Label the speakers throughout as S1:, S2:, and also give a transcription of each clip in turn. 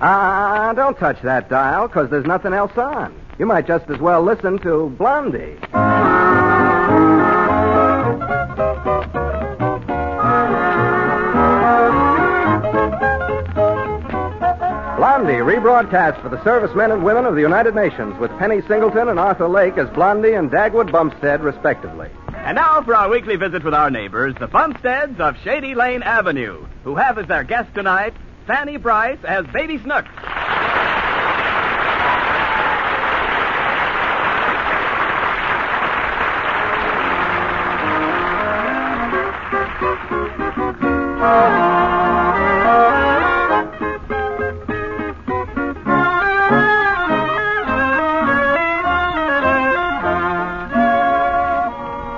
S1: Ah, don't touch that dial, because there's nothing else on. You might just as well listen to Blondie. Blondie, rebroadcast for the servicemen and women of the United Nations with Penny Singleton and Arthur Lake as Blondie and Dagwood Bumpstead, respectively.
S2: And now for our weekly visit with our neighbors, the Bumsteads of Shady Lane Avenue, who have as their guest tonight Fanny Bryce as Baby Snooks.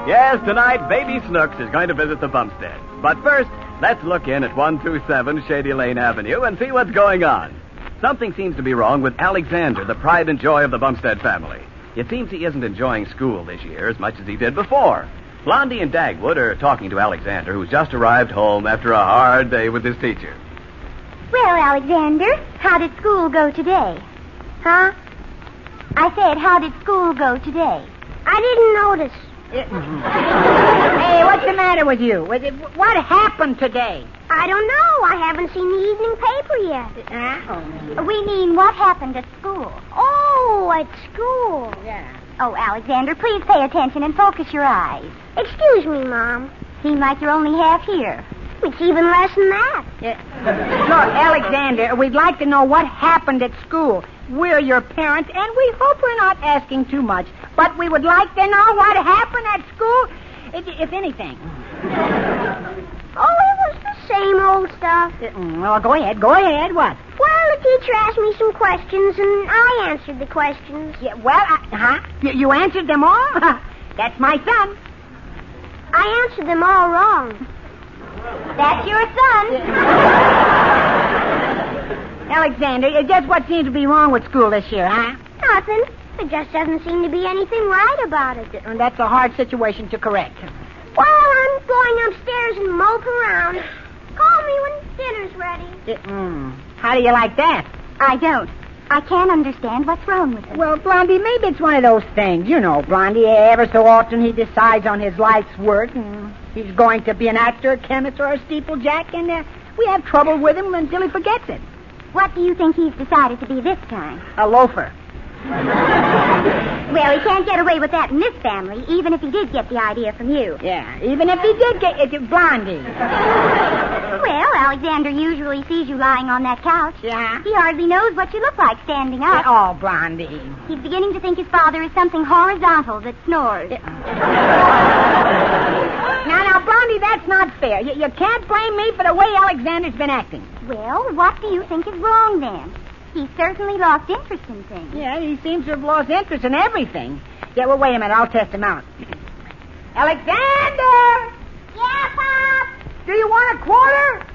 S2: Yes, tonight Baby Snooks is going to visit the Bumstead. But first, let's look in at 127 Shady Lane Avenue and see what's going on. Something seems to be wrong with Alexander, the pride and joy of the Bumstead family. It seems he isn't enjoying school this year as much as he did before. Blondie and Dagwood are talking to Alexander, who's just arrived home after a hard day with his teacher.
S3: Well, Alexander, how did school go today? Huh? I said, how did school go today? I didn't notice.
S4: Hey, what's the matter with you? What- What happened today?
S3: I don't know. I haven't seen the evening paper yet.
S4: Huh?
S3: We mean, what happened at school? Oh, at school.
S4: Yeah.
S3: Oh, Alexander, please pay attention and focus your eyes. Excuse me, Mom. Seem like you're only half here. It's even less than that.
S4: Look, Alexander, we'd like to know what happened at school. We're your parents, and we hope we're not asking too much, but we would like to know what happened at school, if, if anything.
S3: Oh, it was the same old stuff.
S4: Uh, Well, go ahead, go ahead. What?
S3: Well, the teacher asked me some questions, and I answered the questions.
S4: Yeah, well, I, huh? You, you answered them all? That's my son.
S3: I answered them all wrong. That's your son.
S4: Alexander, uh, just what seems to be wrong with school this year, huh?
S3: Nothing. There just doesn't seem to be anything right about it.
S4: And Mm, that's a hard situation to correct.
S3: Well, I'm going upstairs and mope around. Call me when dinner's ready.
S4: Uh, mm. How do you like that?
S3: I don't. I can't understand what's wrong with it.
S4: Well, Blondie, maybe it's one of those things. You know, Blondie, ever so often he decides on his life's work. And he's going to be an actor, a chemist, or a steeplejack, and uh, we have trouble with him until he forgets it.
S3: What do you think he's decided to be this time?
S4: A loafer.
S3: Well, he can't get away with that in this family, even if he did get the idea from you.
S4: Yeah, even if he did get it, Blondie.
S3: Well, Alexander usually sees you lying on that couch.
S4: Yeah.
S3: He hardly knows what you look like standing up.
S4: Oh, Blondie.
S3: He's beginning to think his father is something horizontal that snores.
S4: Now, now, Blondie, that's not fair. You, you can't blame me for the way Alexander's been acting.
S3: Well, what do you think is wrong then? He certainly lost interest in things.
S4: Yeah, he seems to have lost interest in everything. Yeah, well, wait a minute. I'll test him out. Alexander!
S3: Yeah, Pop!
S4: Do you want a quarter?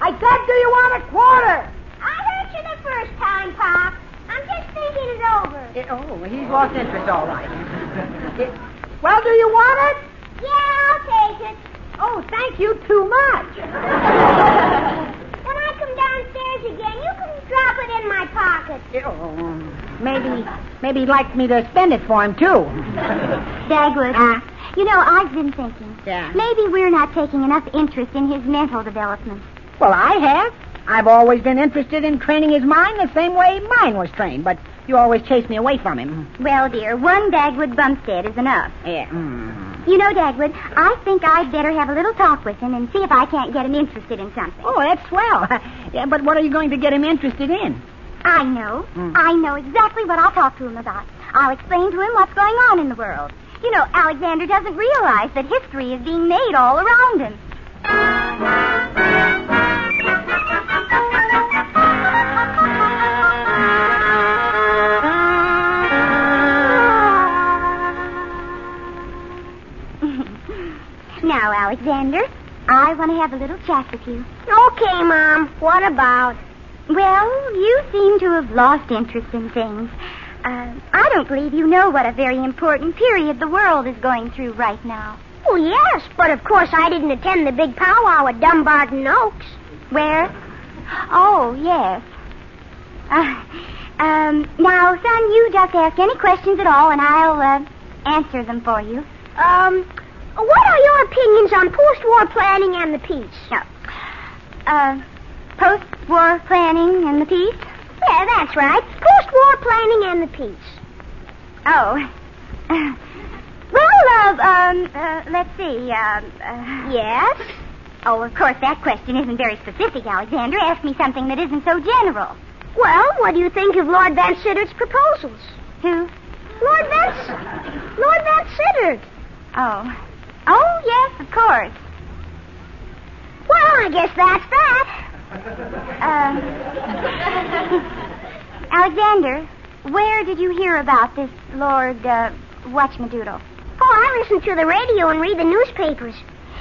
S4: I said, do you want a quarter?
S3: I heard you the first time, Pop. I'm just thinking it over.
S4: oh, he's lost interest, all right. Eh, well, do you want it?
S3: Yeah, I'll take it.
S4: Oh, thank you too much.
S3: When I come downstairs again, you can drop it in my pocket.
S4: Oh, maybe, maybe he'd like me to spend it for him, too.
S3: Dagwood.
S4: Huh?
S3: Uh, You know, I've been thinking.
S4: Yeah.
S3: Maybe we're not taking enough interest in his mental development.
S4: Well, I have. I've always been interested in training his mind the same way mine was trained, but you always chased me away from him.
S3: Well, Oh, dear, one Dagwood Bumstead is enough.
S4: Yeah. mm.
S3: You know, Dagwood, I think I'd better have a little talk with him and see if I can't get him interested in something.
S4: Oh, that's swell. yeah, but what are you going to get him interested in?
S3: I know.
S4: Hmm.
S3: I know exactly what I'll talk to him about. I'll explain to him what's going on in the world. You know, Alexander doesn't realize that history is being made all around him. now, Alexander, I want to have a little chat with you. Okay, Mom. What about? Well, you seem to have lost interest in things. Uh, I don't believe you know what a very important period the world is going through right now. Oh, yes, but of course I didn't attend the big powwow at Dumbarton Oaks. Where? Oh, yes. Uh, um, now, son, you just ask any questions at all, and I'll uh, answer them for you. Um, what are your opinions on post-war planning and the peace? No. Uh, post-war planning and the peace? Yeah, that's right. Post-war planning and the peace. Oh. Well, uh, um, uh, let's see. Um, uh, yes. Oh, of course, that question isn't very specific, Alexander. Ask me something that isn't so general. Well, what do you think of Lord Van Sitter's proposals? Who? Lord Van Lord Van Sittert. Oh. Oh yes, of course. Well, I guess that's that. Um, Alexander, where did you hear about this Lord uh, Watchmadoodle?
S5: Oh, I listen to the radio and read the newspapers.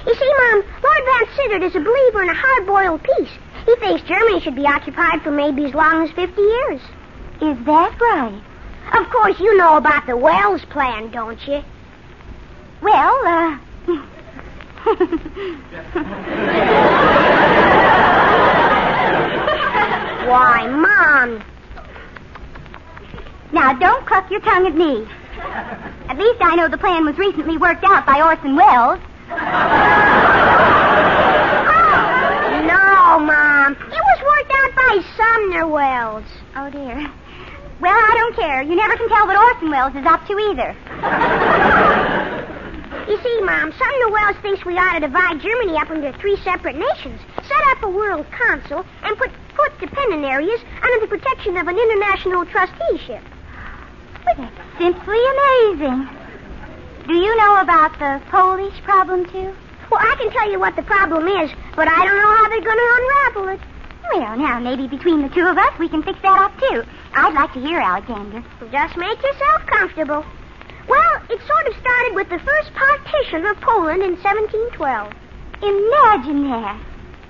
S5: You see, Mom, Lord Van Sittert is a believer in a hard-boiled peace. He thinks Germany should be occupied for maybe as long as 50 years.
S3: Is that right?
S5: Of course, you know about the Wells plan, don't you?
S3: Well, uh.
S5: Why, Mom,
S3: now, don't cluck your tongue at me. At least I know the plan was recently worked out by Orson Welles.
S5: no, Mom. It was worked out by Sumner Wells.
S3: Oh, dear. Well, I don't care. You never can tell what Orson Welles is up to either.
S5: You see, Mom, Sumner Wells thinks we ought to divide Germany up into three separate nations, set up a world council, and put put dependent areas under the protection of an international trusteeship.
S3: Well, that's simply amazing. Do you know about the Polish problem, too?
S5: Well, I can tell you what the problem is, but I don't know how they're going to unravel it.
S3: Well, now, maybe between the two of us we can fix that up, too. I'd like to hear, Alexander.
S5: Just make yourself comfortable. Well, it sort of started with the first partition of Poland in 1712.
S3: Imagine that.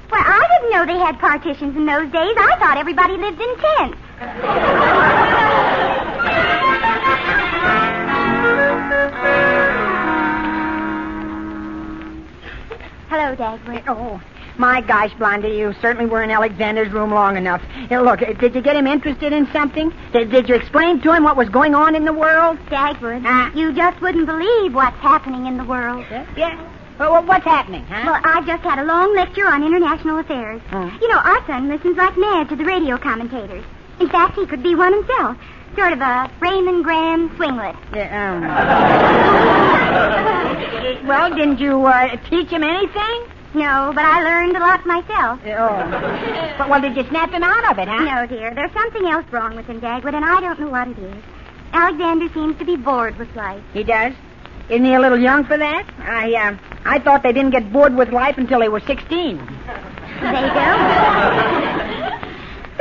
S3: Well, I didn't know they had partitions in those days. I thought everybody lived in tents. Hello, Dagwood.
S4: Oh, my gosh, Blondie, you certainly were in Alexander's room long enough. Now, look, eh, did you get him interested in something? Did, did you explain to him what was going on in the world?
S3: Dagwood, Uh, you just wouldn't believe what's happening in the world.
S4: Yeah. Well, well, what's happening, huh?
S3: Well, I've just had a long lecture on international affairs.
S4: Hmm.
S3: You know, our son listens like mad to the radio commentators. In fact, he could be one himself. Sort of a Raymond Graham swinglet.
S4: Yeah, um. well, didn't you uh, teach him anything?
S3: No, but I learned a lot myself.
S4: Oh. But, well, did you snap him out of it, huh?
S3: No, dear, there's something else wrong with him, Dagwood, and I don't know what it is. Alexander seems to be bored with life.
S4: He does? Isn't he a little young for that? I, uh, I thought they didn't get bored with life until they were 16.
S3: They don't. so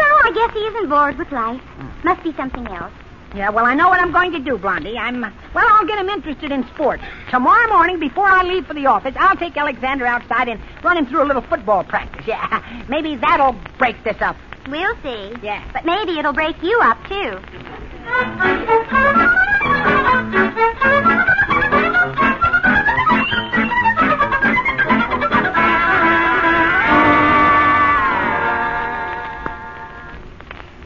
S3: I guess he isn't bored with life. Must be something else.
S4: Yeah, well, I know what I'm going to do, Blondie. I'm, uh, well, I'll get him interested in sports. Tomorrow morning, before I leave for the office, I'll take Alexander outside and run him through a little football practice. Yeah, maybe that'll break this up.
S3: We'll see.
S4: Yeah.
S3: But maybe it'll break you up, too.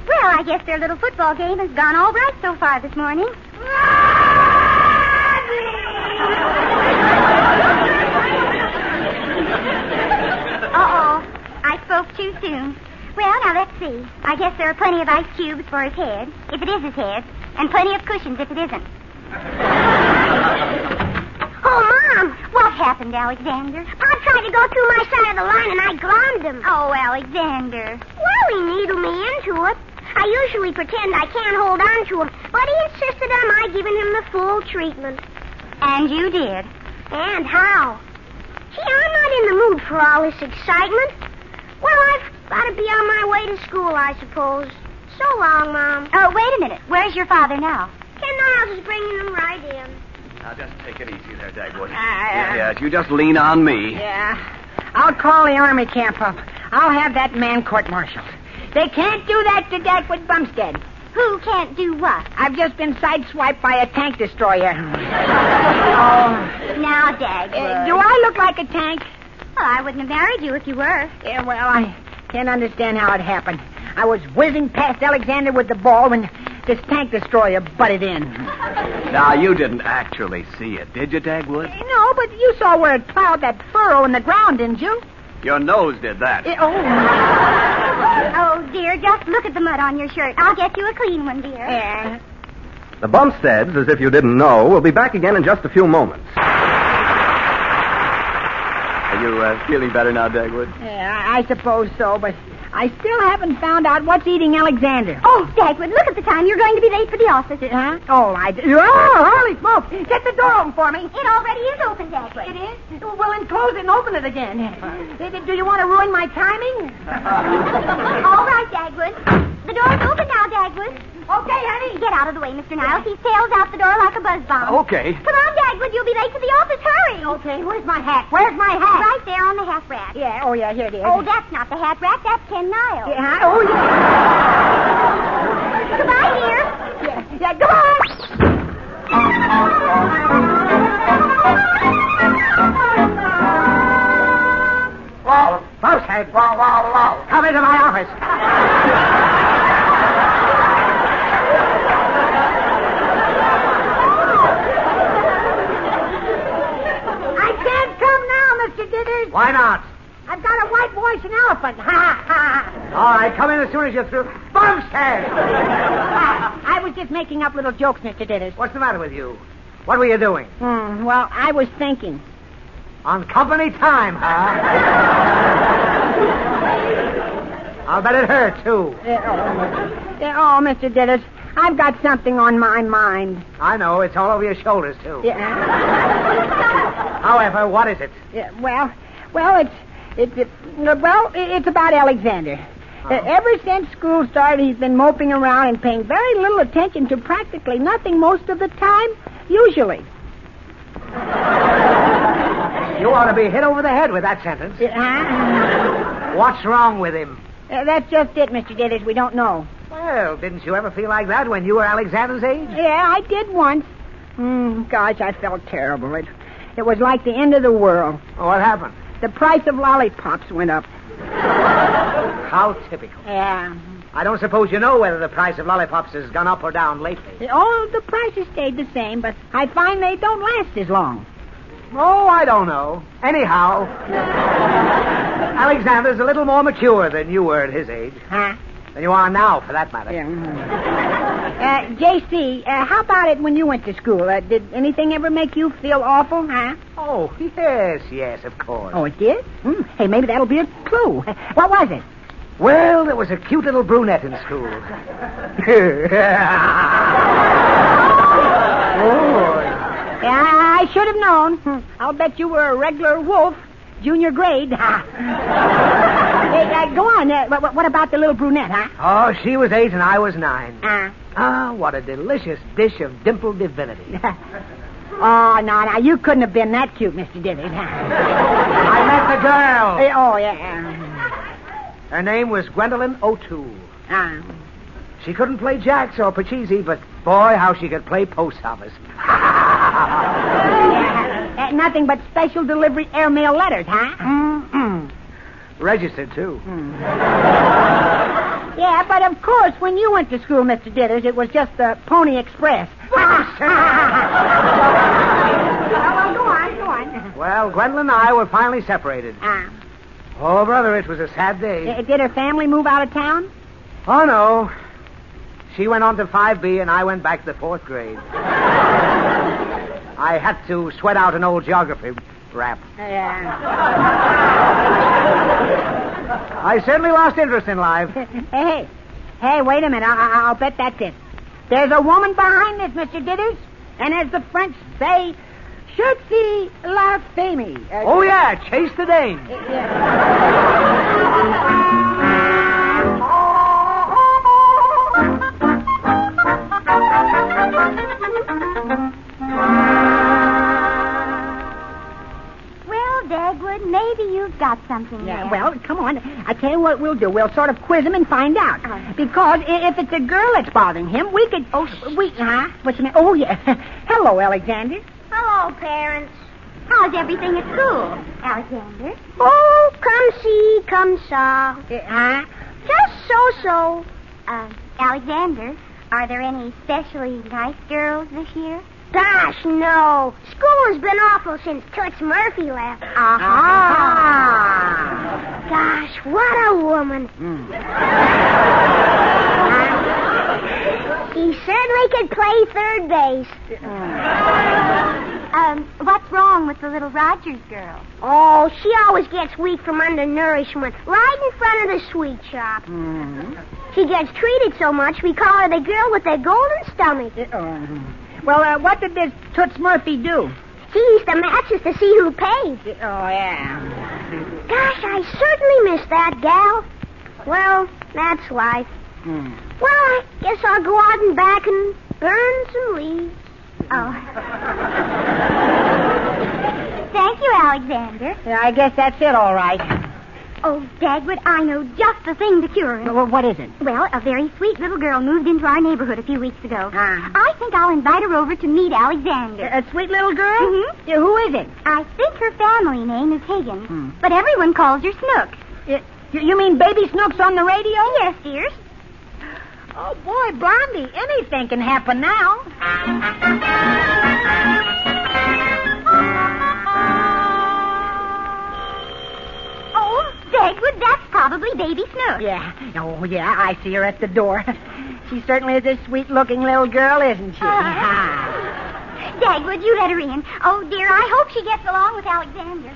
S3: Well, I guess their little football game has gone all right so far this morning. Uh-oh. I spoke too soon. Well, now let's see. I guess there are plenty of ice cubes for his head, if it is his head, and plenty of cushions if it isn't.
S5: Oh, Mom,
S3: What happened, Alexander?
S5: Pop tried to go through my side of the line and I glommed him.
S3: Oh, Alexander.
S5: Well, he needled me into it. I usually pretend I can't hold on to him, but he insisted on my giving him the full treatment.
S3: And you did.
S5: And how? Gee, I'm not in the mood for all this excitement. Well, I've got to be on my way to school, I suppose. So long, Mom.
S3: Oh, wait a minute. Where's your father now?
S5: Ken Niles is bringing them right in.
S2: Now, just take it easy there, Dagwood.
S4: Ah.
S2: yes, you just lean on me.
S4: Yeah. I'll call the army camp up. I'll have that man court-martialed. They can't do that to Dagwood Bumstead.
S3: Who can't do what?
S4: I've just been sideswiped by a tank destroyer. oh.
S3: Now, Dag.
S4: Uh, do I look like a tank?
S3: Well, I wouldn't have married you if you were.
S4: Yeah, well, I can't understand how it happened. I was whizzing past Alexander with the ball when this tank destroyer butted in.
S2: Now, you didn't actually see it, did you, Dagwood?
S4: No, but you saw where it plowed that furrow in the ground, didn't you?
S2: Your nose did that.
S4: It- oh,
S3: Oh, dear, just look at the mud on your shirt. I'll get you a clean one, dear.
S5: Uh.
S4: yeah.
S1: The Bumpsteads, as if you didn't know, will be back again in just a few moments.
S2: Are you uh, feeling better now, Dagwood?
S4: Yeah, I I suppose so, but I still haven't found out what's eating Alexander.
S3: Oh, Dagwood, look at the time. You're going to be late for the office.
S4: Huh? Oh, I. Oh, holy smoke! Get the door open for me.
S3: It already is open, Dagwood.
S4: It is? Well, then close it and open it again. Uh, Do you want to ruin my timing?
S3: All right, Dagwood. The door's open now, Dagwood. Okay, honey. Get out of the way, Mr. Niles. He sails out the door like a buzz bomb.
S2: Okay.
S3: Come on, Dagwood. You'll be late to the office. Hurry. Okay, where's my hat? Where's my hat? Right there on the hat rack.
S4: Yeah, oh, yeah, here it is.
S3: Oh, that's not the hat rack. That's Ken Niles.
S4: yeah, oh, yeah.
S3: Goodbye, dear.
S4: Yeah, yeah, go on.
S6: Whoa, Bumpstead, whoa, whoa, whoa.
S4: Come into my office. I can't come now, Mr. Diggers.
S6: Why not?
S4: I've got a white voice and elephant. Ha, ha, ha.
S6: All right, come in as soon as you're through. Bumpstead!
S4: I was just making up little jokes, Mr. Ditters.
S6: What's the matter with you? What were you doing?
S4: Hmm, well, I was thinking.
S6: On company time, huh? I'll bet it hurt, too.
S4: Uh, oh, yeah, oh, Mr. Ditters, I've got something on my mind.
S6: I know, it's all over your shoulders, too.
S4: Yeah,
S6: However, what is it?
S4: yeah, well, well, it's, it's, it, well, i- it's about Alexander. Uh, ever since school started, he's been moping around and paying very little attention to practically nothing most of the time, usually.
S6: You ought to be hit over the head with that sentence.
S4: Uh, Yeah,
S6: What's wrong with him?
S4: uh, that's just it, Mr. Ditters. We don't know.
S6: Well, didn't you ever feel like that when you were Alexander's age?
S4: Yeah, I did once. Mm, gosh, I felt terrible. It, it was like the end of the world.
S6: What happened?
S4: The price of lollipops went up.
S6: How typical.
S4: Yeah.
S6: I don't suppose you know whether the price of lollipops has gone up or down lately.
S4: All the prices stayed the same, but I find they don't last as long.
S6: Oh, I don't know. Anyhow, Alexander's a little more mature than you were at his age,
S4: Huh?
S6: than you are now, for that matter.
S4: Yeah. uh-huh. Uh, J.C., uh, how about it when you went to school? Uh, did anything ever make you feel awful, huh?
S6: Oh, yes, yes, of course.
S4: Oh, it did? Hmm. Hey, maybe that'll be a clue. What was it?
S6: Well, there was a cute little brunette in school. oh,
S4: Yeah, I should have known. Hmm. I'll bet you were a regular wolf, junior grade. Ha. hey, uh, go on. Uh, what, what about the little brunette, huh?
S6: oh, she was eight and I was nine.
S4: Ah.
S6: Ah, what a delicious dish of dimpled divinity.
S4: oh, no, no, you couldn't have been that cute, Mr. Dillard. huh?
S6: I met the girl.
S4: Hey, oh, yeah.
S6: Her name was Gwendolyn O'Toole.
S4: Ah.
S6: She couldn't play jacks or pachisi, but boy, how she could play post office.
S4: Yeah. Uh, nothing but special delivery airmail letters, huh?
S6: Registered, too.
S4: Yeah, but of course, when you went to school, Mr. Ditters, it was just the Pony Express. well, well, go on, go on.
S6: Well, Gwendolyn and I were finally separated.
S4: Ah.
S6: Oh, brother, it was a sad day.
S4: Uh, Did her family move out of town?
S6: Oh, no. She went on to 5B, and I went back to fourth grade. I had to sweat out an old geography rap.
S4: Yeah.
S6: I certainly lost interest in life.
S4: Eh, hey, hey, wait a minute. I- I- I'll bet that's it. There's a woman behind this, Mr. Ditters. And as the French say, should see la famille. Uh,
S6: Oh, yeah, chase the dame.
S3: Well, Dagwood, maybe you've got something
S4: Yeah,
S3: there.
S4: well, come on. I tell you what we'll do. We'll sort of quiz him and find out. Because i- if it's a girl that's bothering him, we could. Uh-huh. Oh, we. Huh? What's the matter? Oh, yeah. Hello, Alexander.
S5: Hello, parents.
S3: how's everything at school, Alexander?
S5: Oh, come see, come saw.
S4: Uh, huh?
S3: Just so-so. Um, Alexander, are there any specially nice girls this year?
S5: Gosh, no. School has been awful since Toots Murphy left.
S3: Uh-huh.
S5: Uh-huh.
S3: Aha!
S4: Ah.
S5: Gosh, what a woman.
S3: Hmm.
S5: he certainly could play third base.
S3: Um, what's wrong with the little Rogers girl?
S5: Oh, she always gets weak from undernourishment, right in front of the sweet shop.
S4: Mm-hmm.
S5: She gets treated so much, we call her the girl with the golden stomach.
S4: Oh. Well, uh, what did this Toots Murphy do?
S5: She used to match us to see who paid.
S4: Oh, yeah.
S5: Gosh, I certainly miss that gal. Well, that's life. Well, I guess I'll go out and back and burn some leaves. Oh.
S3: Thank you, Alexander.
S4: Yeah, I guess that's it, all right.
S3: Oh, Dagwood, I know just the thing to cure him.
S4: Well, what is it?
S3: Well, a very sweet little girl moved into our neighborhood a few weeks ago.
S4: Ah.
S3: I think I'll invite her over to meet Alexander.
S4: A sweet little girl?
S3: Mhm.
S4: Yeah, who is it?
S3: I think her family name is Higgins, but everyone calls her Snooks.
S4: Yeah, You, you mean Hmm. Baby Snooks on the radio?
S3: Yes, dear.
S4: Oh, boy, Blondie, anything can happen now.
S3: Oh, Dagwood, that's probably Baby Snooks.
S4: Yeah. Oh, yeah, I see her at the door. She certainly is a sweet-looking little girl, isn't she?
S3: Uh-huh. Dagwood, you let her in. Oh, dear, I hope she gets along with Alexander.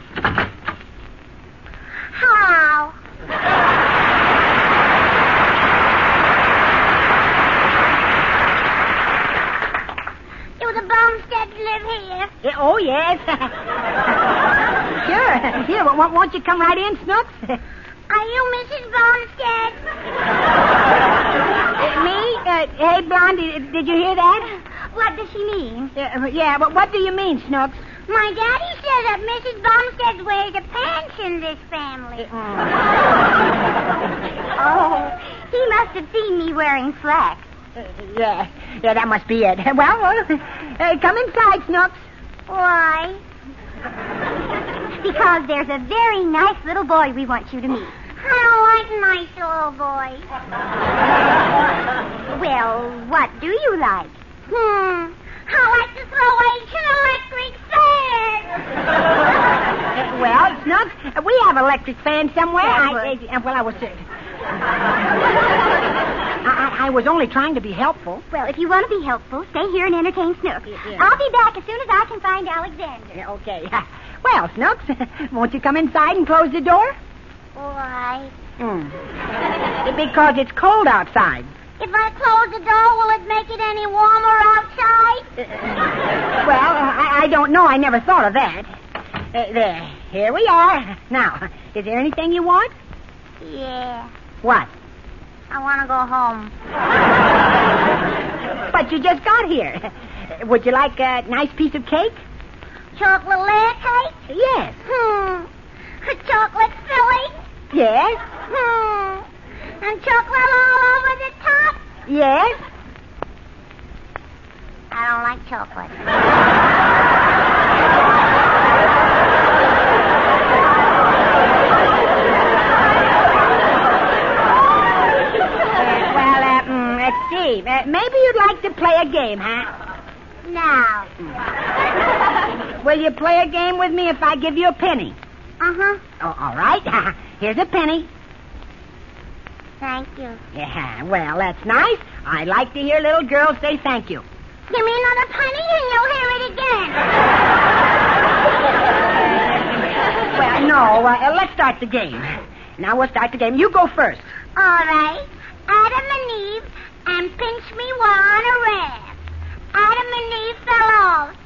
S3: How?
S5: Do the Bumsteads live here?
S4: Yeah, oh, yes. sure. Here, won't, won't you come right in, Snooks?
S5: Are you Mrs. Bumstead?
S4: Me? Uh, hey, Blondie, did you hear that?
S3: What does she mean?
S4: Yeah, yeah, but what do you mean, Snooks?
S5: My daddy said that Mrs. Bumstead wears a pants in this family.
S3: Oh, he must have seen me wearing slacks.
S4: Yeah, yeah, that must be it. Well, well uh, come inside, Snooks.
S5: Why?
S3: Because there's a very nice little boy we want you to meet.
S5: I don't like nice little boys.
S3: Well, what do you like?
S5: Hmm. I like to throw away two electric fans.
S4: Well, Snooks, we have electric fans somewhere.
S3: Yeah,
S4: I, I- well, I was. Uh, I, I- I was only trying to be helpful.
S3: Well, if you want to be helpful, stay here and entertain Snook.
S4: yeah.
S3: I'll be back as soon as I can find Alexander.
S4: Yeah, Okay. Well, Snooks, won't you come inside and close the door?
S5: Why?
S4: Hmm. Because it's cold outside.
S5: If I close the door, will it make it any warmer outside?
S4: Well, I, I don't know. I never thought of that. Uh, there. Here we are. Now, is there anything you want?
S3: Uh,
S5: Yeah.
S4: What?
S5: I want to go home.
S4: But you just got here. Would you like a nice piece of cake?
S5: Chocolate layer cake?
S4: Yes.
S5: Hmm. A chocolate filling?
S4: Yes.
S5: Hmm. And chocolate all over the top?
S4: Yes.
S5: I don't like chocolate.
S4: Well, uh, mm, let's see. Uh, maybe you'd like to play a game, huh?
S5: Now.
S4: Will you play a game with me if I give you a penny?
S5: Uh-huh.
S4: Oh, all right. Here's a penny.
S5: Thank you.
S4: Yeah, well, that's nice. I like to hear little girls say thank you.
S5: Give me another penny and you'll hear it again.
S4: Well, no, uh, let's start the game. Now we'll start the game. You go first.
S5: All right. Adam and Eve and Pinch Me were on a raft. Adam and Eve fell off.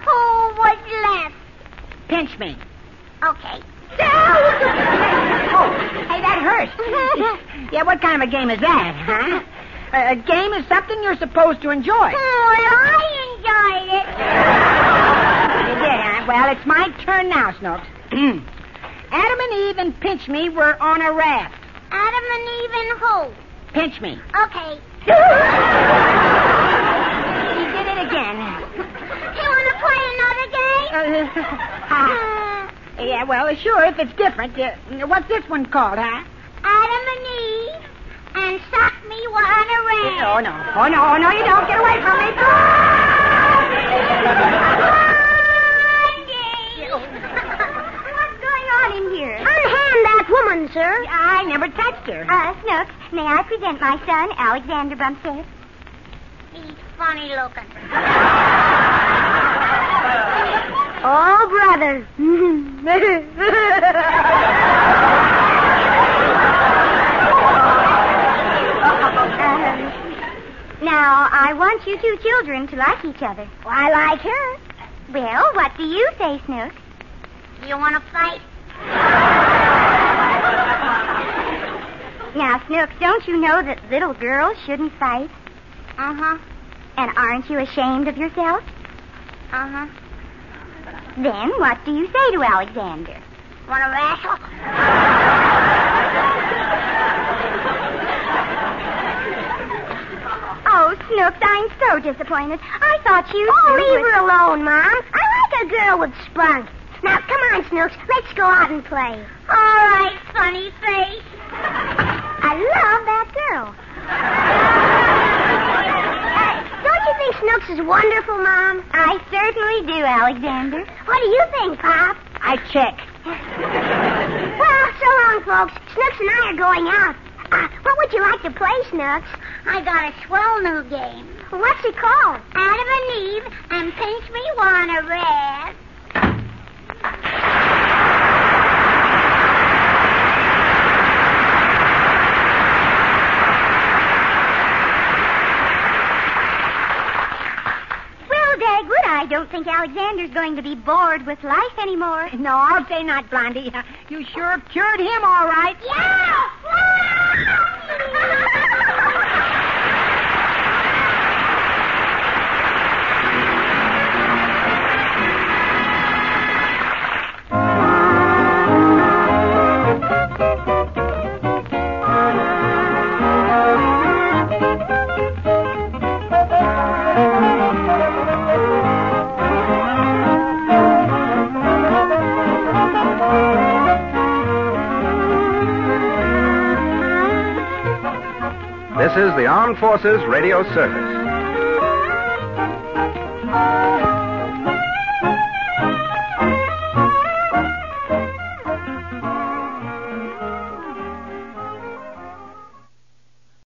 S5: Who was left?
S4: Pinch me.
S5: Okay.
S4: Oh, Hey, that hurts. yeah, what kind of a game is that, huh? Uh, A- A game is something you're supposed to enjoy.
S5: Hmm, well, I enjoyed it.
S4: Yeah, well, it's my turn now, Snooks.
S7: Hmm.
S4: Adam and Eve and Pinch Me were on a raft.
S5: Adam and Eve and who?
S4: Pinch Me.
S5: Okay.
S4: He did it again.
S5: You want to play another game?
S4: Uh, ha.
S5: Uh,
S4: yeah, well, sure, if it's different. Uh, what's this one called, huh?
S5: Adam and Eve
S3: and sock me one around.
S4: Oh, no. Oh, no. Oh, no, you don't. Get away from me. Ah, oh.
S3: What's going on in here? Unhand that woman, sir.
S4: I never touched her.
S7: Uh, Snooks, may I present my son, Alexander Bumstead?
S3: He's funny looking.
S7: Oh, brother. Hmm. Um, now, I want you two children to like each other.
S3: Well, I like her.
S7: Well, what do you say, Snooks?
S3: Do you want to fight?
S7: Now, Snooks, don't you know that little girls shouldn't fight?
S3: Uh huh.
S7: And aren't you ashamed of yourself?
S3: Uh huh.
S7: Then what do you say to Alexander?
S3: Want to wrestle?
S7: Oh, Snooks, I'm so disappointed. I thought you.
S3: Oh,
S7: two
S3: leave
S7: would-
S3: her alone, Mom. I like a girl with spunk. Now, come on, Snooks. Let's go out and play. All right, funny face. I love that girl. Uh, don't you think Snooks is wonderful, Mom?
S7: I certainly do, Alexander.
S3: What do you think, Pop?
S4: I check.
S3: Well, so long, folks. Snooks and I are going out. Uh, what would you like to play, Snooks? I got a swell new game. What's it called? Adam and Eve and Pinch Me One a Red.
S7: Well, Dagwood, I don't think Alexander's going to be bored with life anymore.
S4: No, I'll say not, Blondie. You sure cured him all right.
S3: Yeah!
S2: This is the Armed Forces Radio Service.